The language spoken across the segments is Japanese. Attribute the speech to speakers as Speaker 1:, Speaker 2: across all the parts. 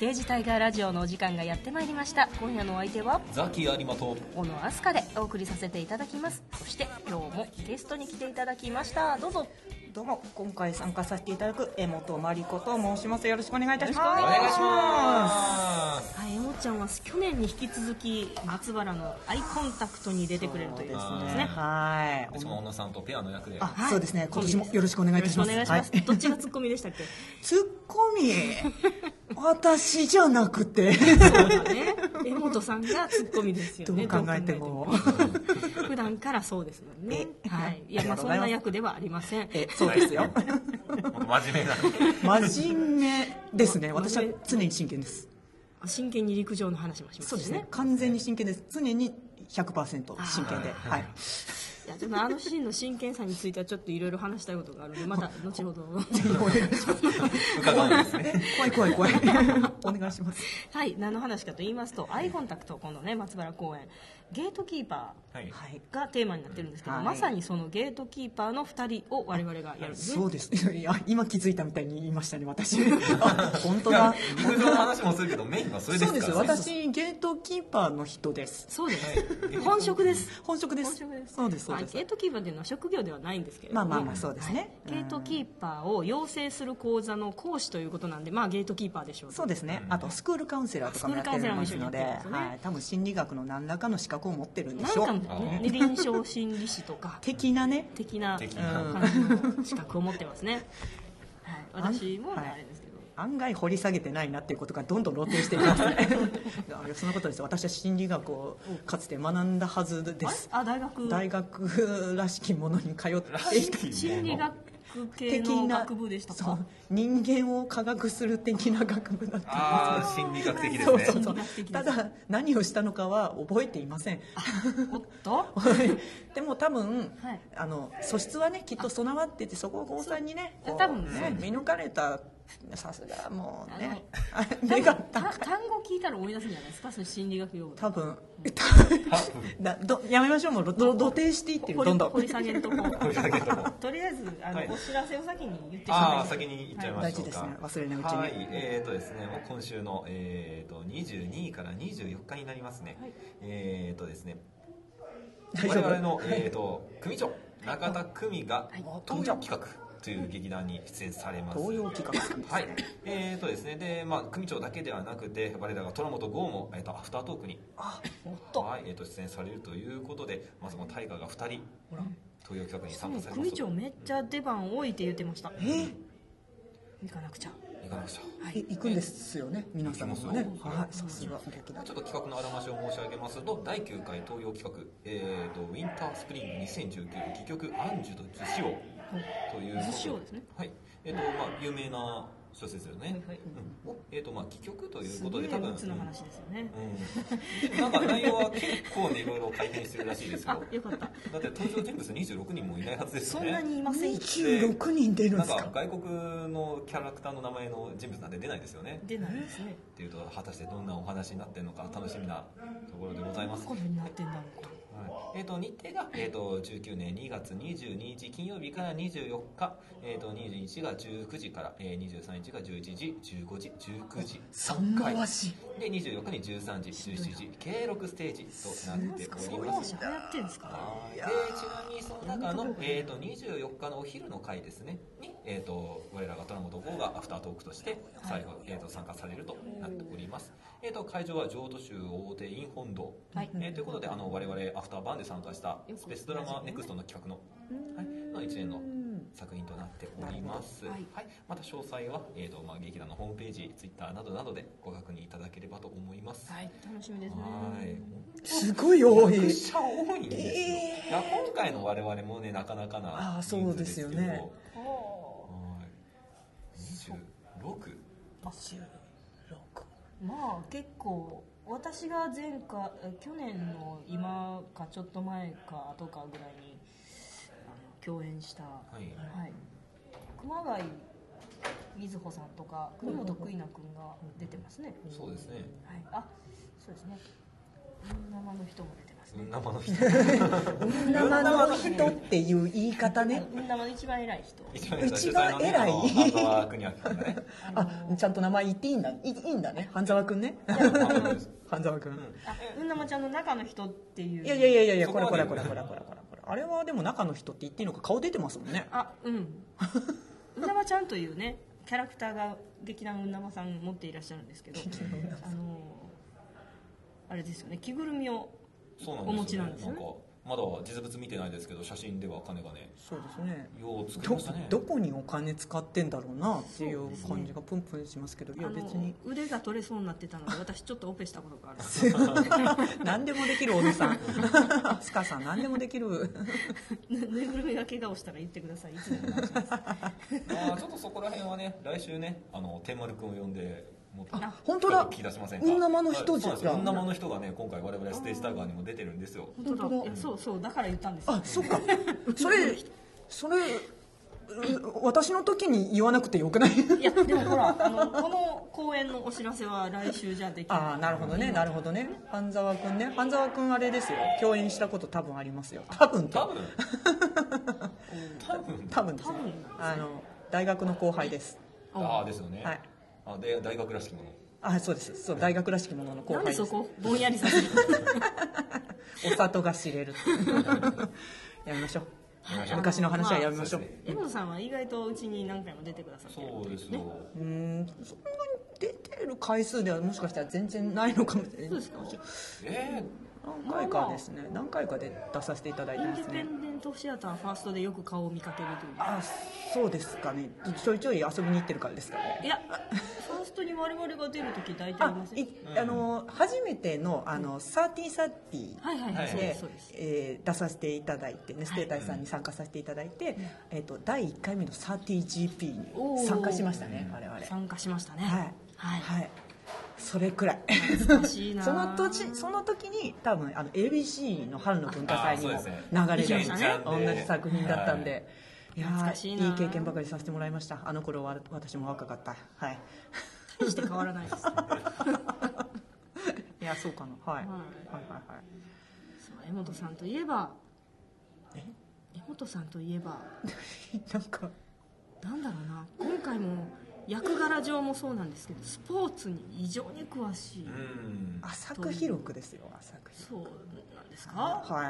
Speaker 1: 刑事タイガーラジオのお時間がやってまいりました今夜のお相手は
Speaker 2: ザキヤリマと
Speaker 1: 小野飛鳥でお送りさせていただきますそして今日もゲストに来ていただきましたどうぞよ
Speaker 3: どうも今回参加させていただく江本真理子と申しますよろしくお願いいたします
Speaker 1: よろしくお願いし
Speaker 2: ます
Speaker 1: はい、えもちゃんは去年に引き続き松原のアイコンタクトに出てくれるということですね
Speaker 3: はい
Speaker 2: しかも小野さんとペアの役で
Speaker 3: あ
Speaker 1: はい
Speaker 3: そうですね今年もよろしくお願いいたします
Speaker 1: よろくお願いします
Speaker 3: はい
Speaker 1: どっちがツッコミでしたっけ
Speaker 3: ツッコミ私じゃなくて
Speaker 1: そうだね江本さんがツッコミですよ
Speaker 3: ど
Speaker 1: ね
Speaker 3: う考えて
Speaker 1: どう
Speaker 3: も
Speaker 1: 考えて も普段からそうですもんね
Speaker 3: え
Speaker 1: はいいやまあそんな役ではありません
Speaker 3: えそうですよ
Speaker 2: 僕真 面目な
Speaker 3: 真面目ですね私は
Speaker 1: 真面
Speaker 3: 常に真剣です
Speaker 1: 真剣に陸上の話もします
Speaker 3: そうです
Speaker 1: し
Speaker 3: ね完全に真剣です常に100%真剣ではい
Speaker 1: いやでもあのシーンの真剣さについてはちょっといろいろ話したいことがあるのでまた後 ほど
Speaker 3: お願いします
Speaker 2: 伺うんですね
Speaker 3: 怖い怖い怖いお願いします
Speaker 1: はい何の話かと言いますとアイコンタクト今度ね松原公園ゲートキーパ
Speaker 2: はい
Speaker 3: はい
Speaker 1: ーがテーマになってるんですけど、
Speaker 3: はい
Speaker 1: まさにそのゲートキーパーの2人を我々がやるんですね、
Speaker 3: そうですいや今気づいたみたいに言いました ね私あ本当だ
Speaker 2: 陸上の話もするけどメインはそれで
Speaker 3: そ
Speaker 2: す
Speaker 3: う
Speaker 2: か
Speaker 3: で
Speaker 2: ら
Speaker 3: す私ゲートキーパーの人です
Speaker 1: そうです、本職です
Speaker 3: 本職です
Speaker 1: 本職です
Speaker 3: そうですそう
Speaker 1: まあ、
Speaker 3: です
Speaker 1: ゲートキーパーというのは職業ではないんですけれど
Speaker 3: まあ
Speaker 1: も
Speaker 3: まあまあそうですね
Speaker 1: ゲートキーパーを養成する講座の講師ということなんで、まあ、ゲートキーパーでしょうと
Speaker 3: そうですねあとスクールカウンセラーとかもやってますの
Speaker 1: スクールカウンセ
Speaker 3: で
Speaker 1: ラーも一緒にやってるんですね
Speaker 3: はい多分心理学の何らかの資格を持ってるんで
Speaker 1: なん
Speaker 3: しょ
Speaker 1: か
Speaker 3: う
Speaker 1: もね臨床心理士とか
Speaker 3: 的なね
Speaker 1: 的な
Speaker 2: 的
Speaker 3: な
Speaker 1: 感じの資格を持ってますね、はい、私もね
Speaker 3: はい
Speaker 1: あれですけど、
Speaker 3: 案外掘り下げてないなっていうことがどんどん露呈してい きますねあそんなことです私は心理学をかつて学んだはずです
Speaker 1: あれあ大学
Speaker 3: 大学らしきものに通っていた
Speaker 1: 心理学系の学部でした
Speaker 3: そ
Speaker 1: か
Speaker 3: う人間を科学する的な学部だった
Speaker 2: ああ心理学的です
Speaker 3: そう
Speaker 2: ね
Speaker 3: そうそ
Speaker 1: 心理
Speaker 3: う
Speaker 1: 学的です
Speaker 3: ただ何をしたのかは覚えていません
Speaker 1: おっと
Speaker 3: はいでも多分、
Speaker 1: はい
Speaker 3: あの素質はねきっと備わっててそこを郷さんにね
Speaker 1: そう
Speaker 3: こう
Speaker 1: 多分ね
Speaker 3: ね見抜かれたさすがもうね あ
Speaker 1: 多
Speaker 3: 目
Speaker 1: 分
Speaker 3: が
Speaker 1: た
Speaker 3: 高い
Speaker 1: 単語聞いたら思い出すんじゃないですかその心理学用語
Speaker 3: 多分
Speaker 2: あ
Speaker 3: な どやめましょうもうどど露呈していってる
Speaker 1: 掘
Speaker 3: どん
Speaker 1: り
Speaker 3: どん
Speaker 1: 掘り下げるとこ
Speaker 2: 掘り下げとこう
Speaker 1: とりあえずあの、
Speaker 2: はい
Speaker 1: お知らせを先に言ってし
Speaker 2: あ
Speaker 1: ま
Speaker 2: あ
Speaker 1: い
Speaker 2: 先に言っちゃいましょうか、
Speaker 3: はい大事ですね忘れないうちに
Speaker 2: はいえー、とですねもう今週のえー、と22から24日になりますね、
Speaker 1: はい
Speaker 2: えー、とですね
Speaker 3: 大
Speaker 2: 我
Speaker 3: 丈夫
Speaker 2: 々の、えー、と組長中田久美が
Speaker 1: はい
Speaker 2: 東洋企画という劇団に出演されます
Speaker 3: 東洋企画
Speaker 2: はい、えーとですね、で、まあ、組長だけではなくて、我らが虎本剛も、えっ、と、アフタートークに。
Speaker 1: おっと
Speaker 2: はい、えっ、と、出演されるということで、まあ、その大河が二人。東洋企画に参加されます。
Speaker 1: 組長めっちゃ出番多いって言ってました
Speaker 3: えー
Speaker 1: 行かなくちゃ
Speaker 2: いかがでした。
Speaker 3: え行くんですよね皆さんもね
Speaker 2: 行きますよ
Speaker 3: はいさすが劇団
Speaker 2: ちょっと企画のあらましを申し上げますと第9回東洋企画、えー、とウィンタースプリング2019戯曲「アンジュと図書王」ということ
Speaker 1: 図書王ですね
Speaker 2: はいえーとまあ、有名な小説ですよ
Speaker 1: は
Speaker 2: ね、
Speaker 1: いはい
Speaker 2: うんをえーとまあ、戯曲という
Speaker 1: す
Speaker 2: こと
Speaker 1: ご
Speaker 2: で
Speaker 1: い
Speaker 2: 多分
Speaker 1: つの話ですよね
Speaker 2: うん、でもなんか内容は結構ねいろいろ改変してるらしいです
Speaker 1: あ
Speaker 2: よ
Speaker 1: よかった
Speaker 2: だって登場人物26人もいないはずですよ
Speaker 1: そ
Speaker 2: ね
Speaker 1: んなにいません
Speaker 3: 26人出るん
Speaker 2: な
Speaker 3: で
Speaker 2: ん
Speaker 3: す
Speaker 2: か
Speaker 3: か
Speaker 2: 外国のキャラクターの名前の人物なんて出ないですよね
Speaker 1: 出ないですね
Speaker 2: っていうと果たしてどんなお話になってるのか楽しみなところでございます
Speaker 1: こんなになってんだろうか
Speaker 2: はいえー、と日程が、えー、と19年2月22日金曜日から24日、えー、と21日が19時から、えー、23日が11時15時19時
Speaker 3: そんなわし
Speaker 2: で24日に13時17時計6ステージとなって
Speaker 1: そ
Speaker 2: お
Speaker 1: う
Speaker 2: り
Speaker 1: いう
Speaker 2: ま
Speaker 1: 話
Speaker 2: す
Speaker 1: 流行ってんですか
Speaker 2: はいでちなみにその中の、えー、と24日のお昼の回ですねに、えー、と我らが虎本剛がアフタートークとして最後、えー、と参加されるとなっております、えー、と会場は浄土宗大手院本堂
Speaker 1: はい
Speaker 2: えーということであの我々アフターバーンで参加したスペースドラマネクストの企画の,、はい、の一連の作品となっております、
Speaker 1: な
Speaker 2: は
Speaker 1: る
Speaker 2: い
Speaker 1: ほ
Speaker 2: また詳細は、えーとまあ、劇団のホームページツイッターなどなどでご確認いただければと思います
Speaker 1: はい楽しみですね
Speaker 2: はい
Speaker 3: すごい多
Speaker 2: め
Speaker 3: い
Speaker 2: ちゃ多いんですよ、いや今回の我々もねなかなかな
Speaker 3: あーそうですよね
Speaker 2: 人数です
Speaker 1: お
Speaker 2: けどはい26
Speaker 1: ーまあ結構私が前回え去年の今かちょっと前か後かぐらいにあの共演した、はい熊谷瑞穂さんとか国本クイナ君が出てますね、
Speaker 2: そうですね
Speaker 1: はい、あそうですね女の人も出てます
Speaker 2: 運生の人
Speaker 3: 運生の人っていう言い方ね
Speaker 1: 運玉の一番偉い 人
Speaker 2: 一番
Speaker 3: 一番偉い
Speaker 2: あのハードワークには効くんだね
Speaker 3: あちゃんと名前言っていいんだいいいんだね半沢くんね半沢くん
Speaker 1: あうんなまちゃんの中の人っていう
Speaker 3: いやいやいやいやいや
Speaker 2: そ
Speaker 3: こ
Speaker 2: こ
Speaker 3: れ
Speaker 2: まで
Speaker 3: これこれこれこれこれこれあれはでも中の人って言っていいのか顔出てますもんね
Speaker 1: あうんうんなまちゃんというねキャラクターが劇団うんなまさん持っていらっしゃるんですけどあのあれですよね着ぐるみを
Speaker 2: そうなんですよね
Speaker 1: お持ちなんですね
Speaker 2: かまだ実物見てないですけど写真では金がね
Speaker 3: そうですね
Speaker 2: よう作り
Speaker 3: ど
Speaker 2: ましたね
Speaker 3: どこにお金使ってんだろうなっていう感じがプンプンしますけどいや
Speaker 1: あの
Speaker 3: 別に
Speaker 1: 腕が取れそうになってたので私ちょっとオペしたことがある
Speaker 3: 何でもできるおじさんスカさん何でもできる
Speaker 1: ぬいぐるみが怪我をしたら言ってくださいいつでも直します
Speaker 2: あーちょっとそこら辺はね来週ねあの天丸くんを呼んでもっと
Speaker 1: あ
Speaker 3: 本当だ
Speaker 2: 聞き出しませんか
Speaker 3: 運生の人じゃん
Speaker 2: はいそうなんですよ運生の人がね今回我々ステージタイガーにも出てるんですよ
Speaker 1: 本当
Speaker 3: 本当
Speaker 1: だ
Speaker 3: だ
Speaker 1: いやそうそうだから言ったんですよ
Speaker 3: あそっかそれそれう私の時に言わなくてよくない
Speaker 1: いやでもほらあのこの公演のお知らせは来週じゃできない
Speaker 3: ああなるほどねなるほどね半沢くんね半沢くんあれですよ共演したこと多分ありますよ多分
Speaker 2: 多
Speaker 3: と
Speaker 2: 分 多分
Speaker 3: 多分ですよ
Speaker 1: 多分
Speaker 3: あの大学の後輩です
Speaker 2: ああですよね、
Speaker 3: はい
Speaker 2: あで大学らしきもの
Speaker 3: あそうですそう大学らしきものの後
Speaker 1: なん
Speaker 3: 輩
Speaker 1: で
Speaker 3: です
Speaker 1: そこぼんやりさせる
Speaker 3: お里が知れ るやめましょう
Speaker 2: やめましょう
Speaker 3: 昔の話はやめましょう、
Speaker 2: まあそうですね
Speaker 1: 江本さんは意外とうちに何回も出てくださってる
Speaker 2: そうですよ、
Speaker 3: うーんそんなに出てる回数ではもしかしたら全然ないのかもしれない
Speaker 1: そうですか
Speaker 2: え
Speaker 3: 何回かですね何回かで出させていただい
Speaker 1: イ
Speaker 3: て
Speaker 1: ン
Speaker 3: ま
Speaker 1: デ
Speaker 3: す
Speaker 1: ィペ
Speaker 3: ね
Speaker 1: ンデントシアターファーストでよく顔を見かけるという
Speaker 3: あそうですかねちょいちょい遊びに行ってるからですからね
Speaker 1: いやファーストに我々が出る時大体い
Speaker 3: あ
Speaker 1: ません
Speaker 3: いあの初めての「あのサーティーサーティー」
Speaker 1: はいはい
Speaker 2: は
Speaker 1: はいいそう
Speaker 3: で
Speaker 1: ですそうです
Speaker 3: えー出させていただいてねステータイさんに参加させていただいて、えー、と第1回目の 30GP に参加しましたね
Speaker 2: おー
Speaker 3: 我々はい、
Speaker 1: 参加しましたねはい
Speaker 3: はい、それくらい
Speaker 1: 懐かしいな
Speaker 3: その時その時に多分あの ABC の春の文化祭にも
Speaker 2: あそうですね
Speaker 3: 流れ
Speaker 1: 行
Speaker 3: る
Speaker 1: きましたね
Speaker 3: 同じ作品だったんで、
Speaker 2: はい
Speaker 3: いや
Speaker 1: 懐
Speaker 3: ー
Speaker 1: かしいない
Speaker 3: い経験ばかりさせてもらいましたあの頃は私も若かったはい
Speaker 1: 大して変わらない ですね
Speaker 3: いやそうかなは
Speaker 1: はい
Speaker 3: い、はいはいはい
Speaker 1: そう江本さんといえば江本さんといえば
Speaker 3: なんか
Speaker 1: なんだろうな今回も役柄上もそうなんですけどスポーツに異常に詳しい、
Speaker 2: ー、うん
Speaker 3: 浅く広くですよ浅く広く
Speaker 1: そうなんですか
Speaker 3: はい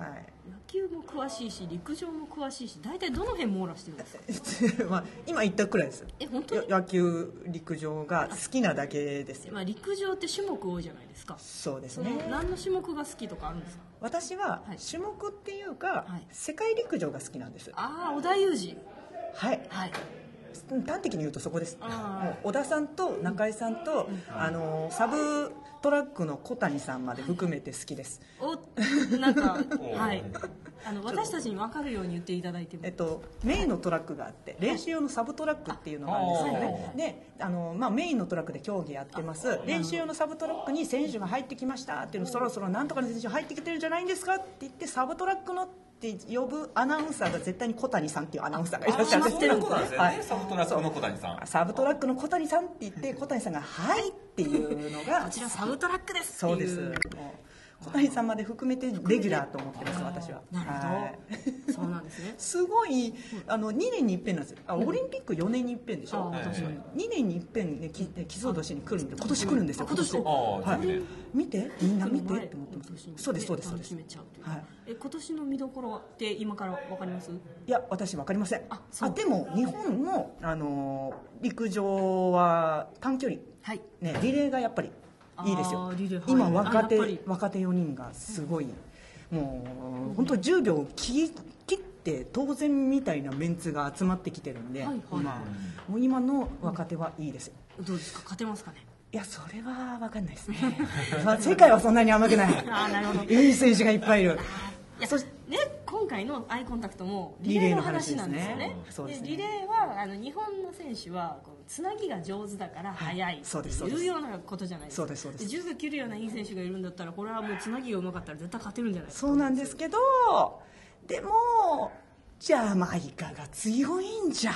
Speaker 3: はい
Speaker 1: 野球も詳しいし陸上も詳しいし大体どの辺網羅してるんですか
Speaker 3: まあ今言ったくらいです
Speaker 1: え本当
Speaker 3: よ
Speaker 1: に、
Speaker 3: 野球陸上が好きなだけですよ
Speaker 1: まあ、陸上って種目多いじゃないですか
Speaker 3: そうです
Speaker 1: その
Speaker 3: ね
Speaker 1: 何の種目が好きとかあるんですか
Speaker 3: 私は
Speaker 1: はい
Speaker 3: 種目っていうか、
Speaker 1: はい
Speaker 3: 世界陸上が好きなんです
Speaker 1: ああ織田裕二
Speaker 3: はい
Speaker 1: はい
Speaker 3: 端的に言うとそこですも
Speaker 1: あ
Speaker 3: う小田さんと中井さんと、あのサブトラックの小谷さんまで含めて好きです、
Speaker 1: お なんか
Speaker 2: おー
Speaker 1: はいあの私たちに分かるように言っていただいても
Speaker 3: えっと、メインのトラックがあって練習用のサブトラックっていうのがあるんですよねであの、まあ、メインのトラックで競技やってます練習用のサブトラックに選手が入ってきましたっていうのそろそろなんとかの選手入ってきてるんじゃないんですかって言ってサブトラックのって呼ぶアナウンサーが絶対に小谷さんっていうアナウンサーがいらっしゃるんです
Speaker 2: そういうことなんですよね、
Speaker 3: はい
Speaker 2: サブトラックの小谷さん
Speaker 3: サブトラックの小谷さんって言って小谷さんが「はい」っていうのが
Speaker 1: こちらサブトラックですってい
Speaker 3: そうですもう小谷さんまで含めてレギュラーと思ってます私は
Speaker 1: なる
Speaker 3: はい
Speaker 1: ほどそうなんですね
Speaker 3: すごいあの2年に一遍なんですよあオリンピック4年に一遍でしょ、
Speaker 1: あー
Speaker 2: 確かに
Speaker 3: 2年に一遍ねき木曽年に来るんで今年来るんですよ
Speaker 1: 今年
Speaker 2: あー
Speaker 3: はい
Speaker 2: ぜひね
Speaker 3: 見てみんな見て
Speaker 1: 前
Speaker 3: って思ってます
Speaker 1: 今年に
Speaker 3: そうですそうですそうで
Speaker 1: 決
Speaker 3: す
Speaker 1: めちゃうという、
Speaker 3: はい
Speaker 1: え今年の見どころって今から分かります
Speaker 3: いや私分かりません
Speaker 1: あ
Speaker 3: あ
Speaker 1: そう
Speaker 3: でも日本の、あのー陸上は短距離、
Speaker 1: はい
Speaker 3: ね、リレーがやっぱりいいです
Speaker 1: あ
Speaker 3: よ
Speaker 1: ーリレーはい
Speaker 3: 今若
Speaker 1: あ
Speaker 3: 手
Speaker 1: やっぱり
Speaker 3: 若手4人がすごい、もう本当10秒切切って当然みたいなメンツが集まってきてるんで、
Speaker 1: はいはい
Speaker 3: 今もう今の若手はいいです、
Speaker 1: どうですか勝てますかね
Speaker 3: いやそれは分かんな いですね、まあ、世界はそんなに甘くない
Speaker 1: あーなるほど
Speaker 3: いい選手がいっぱいいる
Speaker 1: いやね、今回のアイコンタクトもリ
Speaker 3: リ
Speaker 1: レ
Speaker 3: レ
Speaker 1: ー
Speaker 3: ー
Speaker 1: の
Speaker 3: の
Speaker 1: 話
Speaker 3: 話
Speaker 1: なんですよね
Speaker 3: ですねそうですね
Speaker 1: リレーはあの日本の選手はこうつなぎが上手だから
Speaker 3: はい
Speaker 1: 速い
Speaker 3: そうです
Speaker 1: って
Speaker 3: そうで
Speaker 1: い
Speaker 3: す
Speaker 1: うようなことじゃないですか
Speaker 3: そうですそうです
Speaker 1: 10秒切るようないい選手がいるんだったらこれはもうつなぎがうまかったら絶対勝てるんじゃないですか
Speaker 3: そうなんですけどでもジャマイカが強いんじゃ
Speaker 1: へ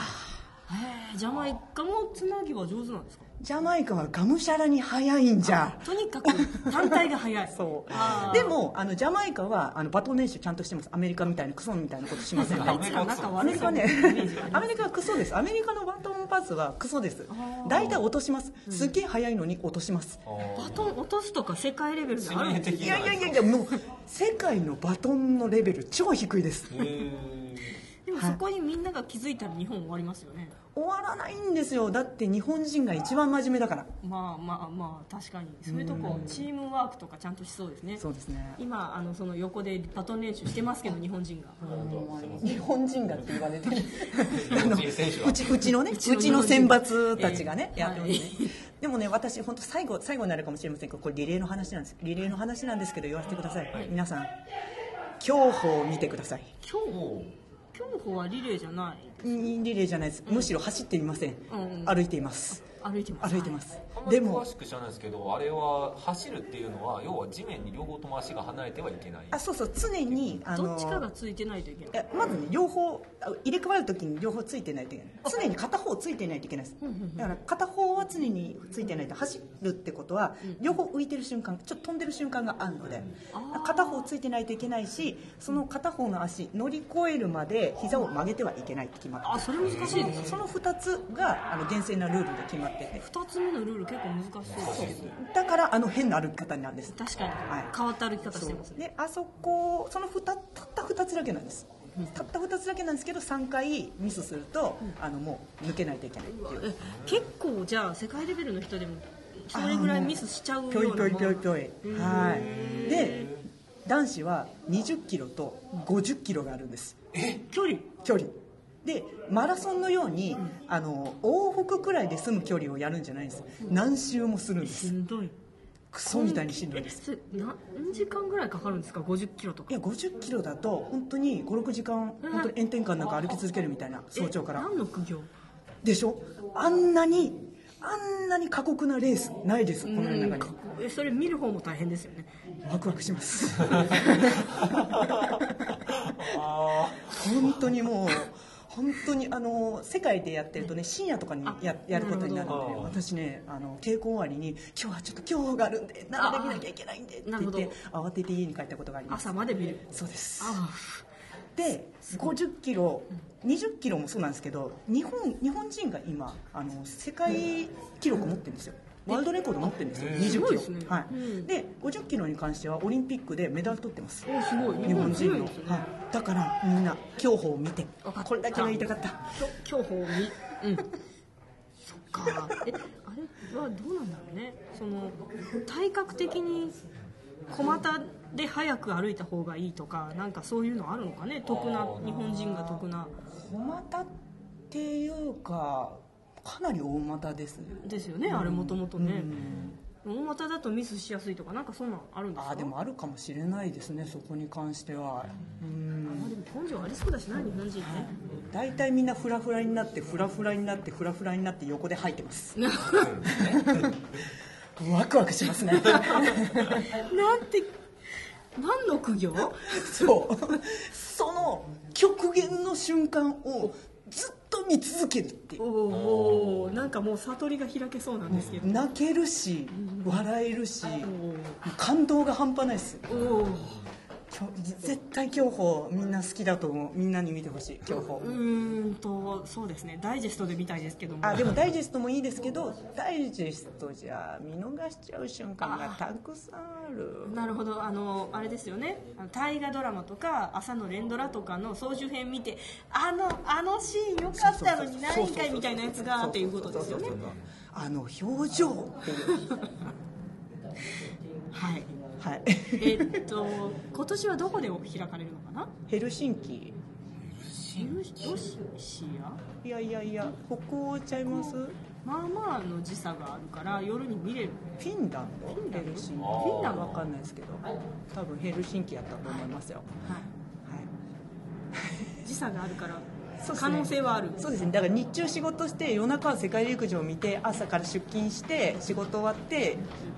Speaker 1: えジャマイカもつなぎは上手なんですか
Speaker 3: ジャマイカはがむしゃらに速いんじゃ
Speaker 1: とにかく単体が速い
Speaker 3: そう
Speaker 1: あー
Speaker 3: でもあのジャマイカはあのバトン練習ちゃんとしてますアメリカみたいなクソみたいなことしません
Speaker 1: あ
Speaker 3: ね
Speaker 1: いつら仲
Speaker 3: ア
Speaker 1: 悪
Speaker 3: メ
Speaker 1: い
Speaker 3: リ
Speaker 1: そうな
Speaker 3: カね
Speaker 1: イメージがあります
Speaker 3: アメリカはクソですアメリカのバトンパスはクソです
Speaker 1: あー
Speaker 3: 大体落としますすっげえ速いのに落とします
Speaker 1: バトン落とすとか世界レベルであるんですか
Speaker 3: いやいやいやいやもう世界のバトンのレベル超低いです
Speaker 1: でもそこにみんなが気づいたら日本終わりますよね、
Speaker 3: 終わらないんですよだって日本人が一番真面目だから
Speaker 1: まあまあまあ確かにそういうとこチームワークとかちゃんとしそうですね
Speaker 3: そうですね
Speaker 1: 今あのその横でバトン練習してますけど日本人が
Speaker 3: 日本人がって言われ てる
Speaker 2: 本人選手は
Speaker 3: うちうちのねう
Speaker 1: ちの
Speaker 3: ちの選抜たちがね、
Speaker 1: ええ
Speaker 3: やってますね、
Speaker 1: は
Speaker 3: でもね私本当最後最後になるかもしれませんけどこれリレーの話なんですリレーの話なんですけど言わせてください、皆さん競歩を見てください
Speaker 1: 競歩競歩はリレーじゃない
Speaker 3: リレーじゃないですむしろ走っていません、
Speaker 1: うん
Speaker 3: 歩いています
Speaker 1: 歩いてます
Speaker 3: 歩いてます、
Speaker 2: あんまり
Speaker 3: でも
Speaker 2: 詳しく知らないですけどあれは走るっていうのは要は地面に両方とも足が離れてはいけない
Speaker 3: あそうそう常にあの
Speaker 1: どっちかがついてないといけない
Speaker 3: いやまずね両方あ入れ替わるときに両方ついてないといけない常に片方ついてないといけないですだから片方は常についてないと走るってことは両方浮いてる瞬間ちょっと飛んでる瞬間があるので片方ついてないといけないしその片方の足乗り越えるまで膝を曲げてはいけないって決まって
Speaker 1: あそれ難しいですね
Speaker 3: るその2つがあの厳正なルールで決まってて
Speaker 1: 2つ目のルール結構難しそう
Speaker 2: 難しいですね
Speaker 3: だからあの変な歩き方なんです
Speaker 1: 確かに、
Speaker 3: はい
Speaker 1: 変わった歩き方し
Speaker 3: そ
Speaker 1: て
Speaker 3: う
Speaker 1: ますね
Speaker 3: であそこそのふたたった2つだけなんですたった2つだけなんですけど3回ミスすると、あのもう抜けないといけないっていう
Speaker 1: え結構じゃあ世界レベルの人でもそれぐらいミスしちゃうよ
Speaker 3: ぴょいうぴょ
Speaker 1: ない
Speaker 3: ぴょいぴょい
Speaker 1: うん
Speaker 3: はいで男子は20キロと50キロがあるんです
Speaker 1: 距離
Speaker 3: 距離でマラソンのように、あの往復くらいで済む距離をやるんじゃないんです何周もするんで
Speaker 1: し
Speaker 3: す
Speaker 1: んどい
Speaker 3: クソみたいにしんどいです
Speaker 1: す何時間ぐらいかかるんですか50キロとか
Speaker 3: いや50キロだと本当に56時間本当に炎天下の中歩き続けるみたいな早朝から
Speaker 1: え何の苦行
Speaker 3: でしょあんなにあんなに過酷なレースないですこの世の中に
Speaker 1: えそれ見る方も大変ですよね
Speaker 3: ワクワクします本当にもう本当にあの世界でやってるとね深夜とかにややることにな
Speaker 2: なる
Speaker 3: るんでね
Speaker 2: ほど
Speaker 3: 私ねあの稽古終わりに「今日はちょっと競歩があるんで並べなきゃいけないんで」って
Speaker 1: なる
Speaker 3: 言
Speaker 1: ほ
Speaker 3: っ
Speaker 1: ど
Speaker 3: て慌てて家に帰ったことがあります
Speaker 1: 朝まで見る
Speaker 3: そうです
Speaker 1: あ
Speaker 3: で50キロ20キロもそうなんですけど日本日本人が今あの世界記録持ってるんですよワールドレコード持ってるんですよ、
Speaker 2: え
Speaker 1: すごいで
Speaker 3: 20
Speaker 1: す
Speaker 3: キロ、
Speaker 1: ね
Speaker 3: はい
Speaker 1: うん
Speaker 3: で50キロに関してはオリンピックでメダル取ってます
Speaker 1: あすごい
Speaker 3: 日本人
Speaker 1: 強い
Speaker 3: の、
Speaker 1: ですね
Speaker 3: はい、だからみんな競歩を見て
Speaker 1: わかった
Speaker 3: これだけが言いたかった
Speaker 1: きょ競歩を見うんそっかえあれはどうなんだろうねその体格的に小股で早く歩いた方がいいとかなんかそういうのあるのかね得な日本人が得な
Speaker 3: 小股っていうかかなり大股ですね
Speaker 1: ですよねあれもともとね
Speaker 3: うん
Speaker 1: 大股だとミスしやすいとかなんかそういうのあるんです
Speaker 3: あ
Speaker 1: か
Speaker 3: あでもあるかもしれないですねそこに関してはうん
Speaker 1: まあでも根性ありそうだしな日本人ね
Speaker 3: 大体みんなフラフラになってフラフラになってフラフラになって横で吐いてます ワクワクしますね
Speaker 1: なんて何の苦行
Speaker 3: そうその極限の瞬間をずっと見続けるっていう
Speaker 1: おおなんかもう悟りが開けそうなんですけど
Speaker 3: 泣けるし笑えるし
Speaker 1: お
Speaker 3: 感動が半端ないです
Speaker 1: ーおー
Speaker 3: きょ絶対競歩みんな好きだと思うみんなに見てほしい競歩
Speaker 1: うーんとそうですねダイジェストで見たいですけども
Speaker 3: あでもダイジェストもいいですけどダイジェストじゃ見逃しちゃう瞬間がたくさんある
Speaker 1: なるほどあのあれですよねあの大河ドラマとか朝の連ドラとかの総集編見てあのあのシーンよかったのに何回みたいなやつがっていうことですよね
Speaker 3: あの表情っていう
Speaker 1: はい
Speaker 3: はい
Speaker 1: えっと今年はどこで開かれるのかな
Speaker 3: ヘルシンキ
Speaker 1: ロシロシア
Speaker 3: いやいやいや北欧ちゃいますフ
Speaker 1: まあまあの時差があるから夜に見れる
Speaker 3: ィンランド
Speaker 1: フィンランド
Speaker 3: ヘルシンキ
Speaker 1: フィンランド
Speaker 3: わかんないですけど多分ヘルシンキやったと思いますよ
Speaker 1: はい
Speaker 3: はい
Speaker 1: 時差があるから
Speaker 3: そうです
Speaker 1: 可
Speaker 3: ね
Speaker 1: 能性はある
Speaker 3: そうですねだから日中仕事して夜中は世界陸上を見て朝から出勤して仕事終わって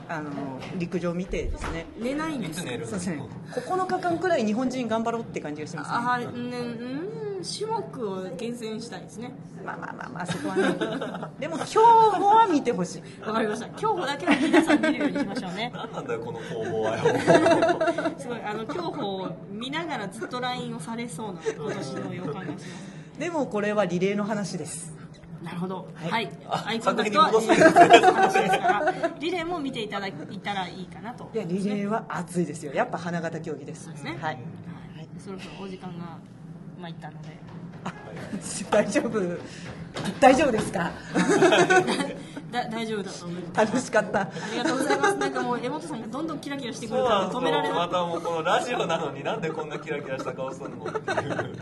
Speaker 3: あの陸上を見てですね
Speaker 1: 寝ないん
Speaker 2: い
Speaker 1: で
Speaker 2: つ
Speaker 1: す
Speaker 2: 寝る
Speaker 3: そうですね9日間くらい日本人頑張ろうって感じがしますね
Speaker 1: ああうんうん種目を厳選したいですね
Speaker 3: まあまあまあまあそこはね でも競歩は見てほしい
Speaker 1: わかりました競歩だけは皆さん見るようにしましょうね
Speaker 2: 何なんだよこの攻防はよ
Speaker 1: すごいあの競歩を見ながらずっと LINE をされそうな今年の予感がします
Speaker 3: でもこれはリレーの話です
Speaker 1: なるほど。
Speaker 3: はい
Speaker 1: はい。
Speaker 2: あ
Speaker 1: アイコンタクト
Speaker 2: 先に戻すんです
Speaker 1: は話ですから、リレーも見ていただいたらいいかなと。
Speaker 3: いやリレーは熱いですよやっぱ花形競技です
Speaker 1: そうですね
Speaker 3: はい
Speaker 1: はいそろそろお時間が参ったので、
Speaker 3: 大丈夫大丈夫ですか
Speaker 1: だ大丈夫だと思います。
Speaker 3: 楽しかった
Speaker 1: ありがとうございます。なんかもう江本さんがどんどんキラキラしてく
Speaker 2: そ
Speaker 1: る
Speaker 2: う
Speaker 1: か
Speaker 2: なん
Speaker 1: ら
Speaker 2: です
Speaker 1: 止
Speaker 2: よ
Speaker 1: められな
Speaker 2: ま
Speaker 1: い。
Speaker 2: たもうこのラジオなのになんでこんなキラキラした 顔するのっていう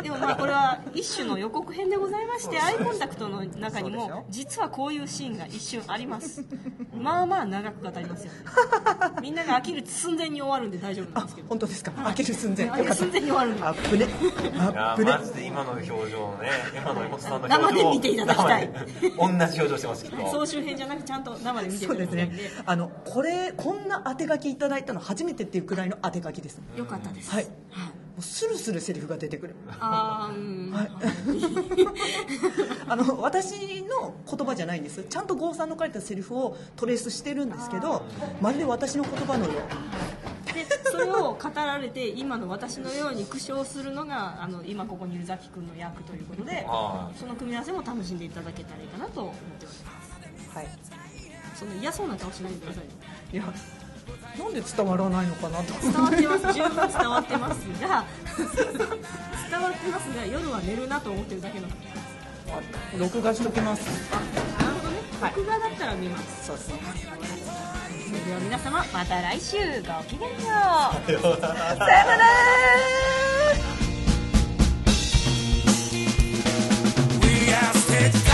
Speaker 1: でもまあこれは一種の予告編でございましてアイコンタクトの中に
Speaker 3: そうですよ
Speaker 1: も実はこういうシーンが一瞬ありますまあまあ長く語りますよみんなが飽きる寸前に終わるんで大丈夫なん
Speaker 3: あ
Speaker 1: です けど
Speaker 3: 本当ですか開ける寸前
Speaker 1: 飽きる寸前に終わるんで
Speaker 3: アップね
Speaker 2: い
Speaker 3: ア
Speaker 2: や
Speaker 3: ップね
Speaker 2: マジで今の表情ね今の江本さんの表情
Speaker 1: 生で見ていただきたい
Speaker 2: 生で同じ表情してますきっと
Speaker 1: 総集編じゃなくちゃんと生で見て
Speaker 3: そう
Speaker 1: く
Speaker 3: で
Speaker 1: れ
Speaker 3: す
Speaker 1: てる
Speaker 3: ね
Speaker 1: んで
Speaker 3: あのこれこんな当て書きいただいたの初めてっていうくらいの当て書きです
Speaker 1: よかったです、
Speaker 3: はいもうスルスルセリフが出てくる
Speaker 1: あーうん、
Speaker 3: はいあの私の言葉じゃないんですちゃんと郷さんの書いたセリフをトレースしてるんですけどまるで私の言葉のよう
Speaker 1: でそれを語られて今の私のように苦笑するのがあの今ここにいるザキ君の役ということで
Speaker 2: あ
Speaker 1: その組み合わせも楽しんでいただけたらいいかなと思っております
Speaker 3: はい
Speaker 1: その嫌そうな顔しないでください
Speaker 3: いやなんで伝わらないのかなと
Speaker 1: 伝わってます十分伝わってますが 伝わってますが夜は寝るなと思ってるだけの話
Speaker 3: 録画しときます
Speaker 1: なるほどね
Speaker 3: はい
Speaker 1: 録画だったら見ます
Speaker 3: そうですね
Speaker 1: それでは皆様また来週ごきげんよう
Speaker 3: さよなら
Speaker 4: We are set like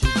Speaker 4: that.